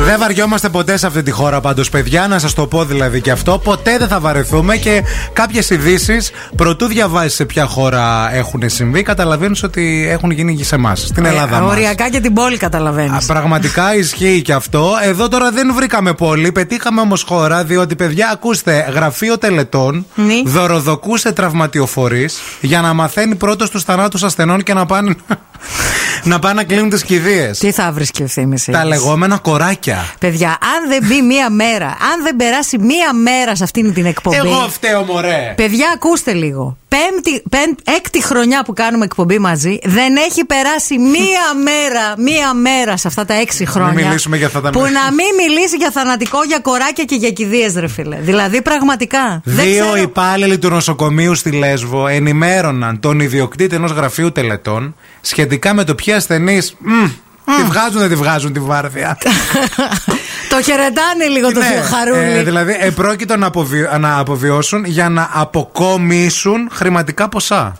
Δεν βαριόμαστε ποτέ σε αυτή τη χώρα πάντως, παιδιά. Να σας το πω δηλαδή και αυτό. Ποτέ δεν θα βαρεθούμε και κάποιες ειδήσεις, προτού διαβάσεις σε ποια χώρα έχουν συμβεί, καταλαβαίνεις ότι έχουν γίνει και σε εμάς. Στην Ε, Ελλάδα μας. Οριακά και την πόλη καταλαβαίνεις. Πραγματικά ισχύει και αυτό. Εδώ τώρα δεν βρήκαμε πόλη, πετύχαμε όμως χώρα, διότι παιδιά, ακούστε, γραφείο τελετών Ναι. δωροδοκούσε τραυματιοφορείς για να μαθαίνει πρώτος τους θανάτους ασθενών και να πάνε να, πάνε να κλείνουν τις κηδείες. Τι θα βρεις και ευθύνη. Τα λεγόμενα κοράκια. Παιδιά, αν δεν μπει μία μέρα, αν δεν περάσει μία μέρα σε αυτήν την εκπομπή. Εγώ φταίω, μωρέ. Παιδιά, ακούστε λίγο. Πέμπτη, πέμπ- έκτη χρονιά που κάνουμε εκπομπή μαζί, δεν έχει περάσει μία μέρα, μία μέρα σε αυτά τα έξι χρόνια. μιλήσουμε για αυτά τα Που μέρα. να μην μιλήσει για θανατικό, για κοράκια και για κηδείες ρε φίλε. Δηλαδή, πραγματικά. δεν Δύο ξέρω- υπάλληλοι του νοσοκομείου στη Λέσβο ενημέρωναν τον ιδιοκτήτη ενός γραφείου τελετών σχετικά με το ποιοι ασθενείς. Τη βγάζουν, δεν τη βγάζουν τη βάρδια. το χαιρετάνε λίγο το Ναι, ναι, χαρούλι. ε, δηλαδή, επρόκειτο να, αποβι- να αποβιώσουν για να αποκομίσουν χρηματικά ποσά.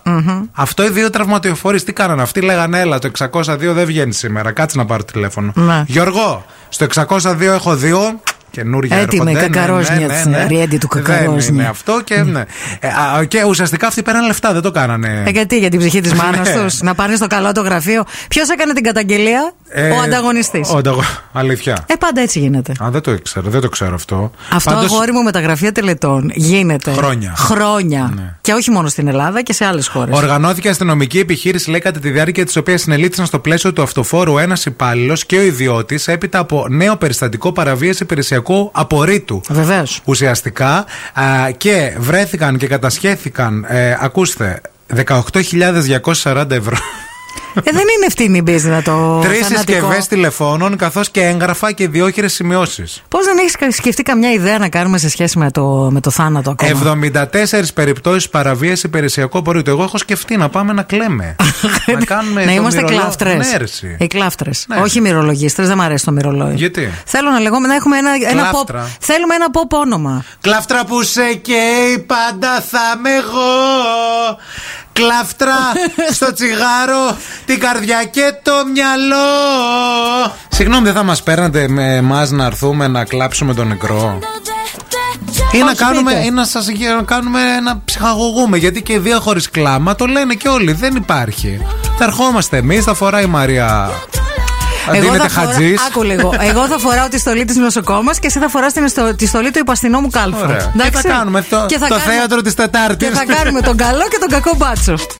Αυτό οι δύο τραυματιοφόροι τι κάνανε. Αυτοί λέγανε, έλα, το 602 δεν βγαίνει σήμερα. Κάτσε να πάρω τηλέφωνο. Ναι. Γιώργο, στο 602 έχω δύο. Καινούργια Έτοιμη, έρχονται. Ναι, κακαρόζνια της, ριέντη του Δεν είναι κακαρόζνια. αυτό και, ναι. Ε, α, και ουσιαστικά αυτοί παίρναν λεφτά, δεν το κάνανε. Ε, γιατί για την ψυχή της μάνα Ναι. τους, να πάνε στο καλό το γραφείο. Ποιος έκανε την καταγγελία, Ε, ο ανταγωνιστής. ο ανταγω- Αλήθεια. Ε, πάντα έτσι γίνεται. Α, δεν το ήξερα, δεν το ξέρω αυτό. Αυτό Πάντως, αγόρι μου με τα γραφεία τελετών γίνεται. Χρόνια. Χρόνια. Ναι. Και όχι μόνο στην Ελλάδα και σε άλλες χώρες. Οργανώθηκε αστυνομική επιχείρηση, λέει, κατά τη διάρκεια της οποίας συνελήφθησαν στο πλαίσιο του αυτοφόρου ένας υπάλληλος και ο ιδιώτης έπειτα από νέο περιστατικό παραβίαση υπηρεσιακού απορρίτου. Βεβαίως. Ουσιαστικά α, και βρέθηκαν και κατασχέθηκαν, ε, ακούστε, 18.240 ευρώ. Ε, δεν είναι ευθύνη η business το. Τρεις θανατικό. συσκευές τηλεφώνων, καθώς και έγγραφα και διόχειρε σημειώσεις. Πώς δεν έχεις σκεφτεί καμιά ιδέα να κάνουμε σε σχέση με το, με το θάνατο ακόμα. 74 περιπτώσεις παραβίασης υπηρεσιακού απορρίτου. Εγώ έχω σκεφτεί να πάμε να κλαίμε. να κάνουμε να το είμαστε μυρολό- κλάφτρες. Ναι, έρση. Οι κλάφτρες. Ναι. Όχι μυρολογίστρες, δεν μου αρέσει το μυρολόι. Γιατί? Θέλω να λέγουμε να έχουμε ένα, ένα pop. Κλάφτρα. Θέλουμε ένα pop όνομα. Κλαφτρά που σε καίει πάντα θα είμαι εγώ Κλαφτρά στο τσιγάρο την καρδιά και το μυαλό Συγγνώμη δεν θα μας παίρνατε με εμάς να έρθουμε να κλάψουμε τον νεκρό ή να, Όχι, κάνουμε, πείτε. ή να σας γε- να κάνουμε να ψυχαγωγούμε Γιατί και δύο χωρίς κλάμα το λένε και όλοι Δεν υπάρχει Θα ερχόμαστε εμείς, θα φοράει η Μαρία Αντί είναι θα φορά- χατζής Άκου λίγο. Εγώ θα φοράω τη στολή της νοσοκόμας και εσύ θα φοράς τη στολή του υπαστινό μου κάλφα. Ωραία. Και Εντάξει? θα κάνουμε το, Και θα το κάνουμε- θέατρο της Και Τετάρτης θα κάνουμε τον καλό και τον κακό μπάτσο.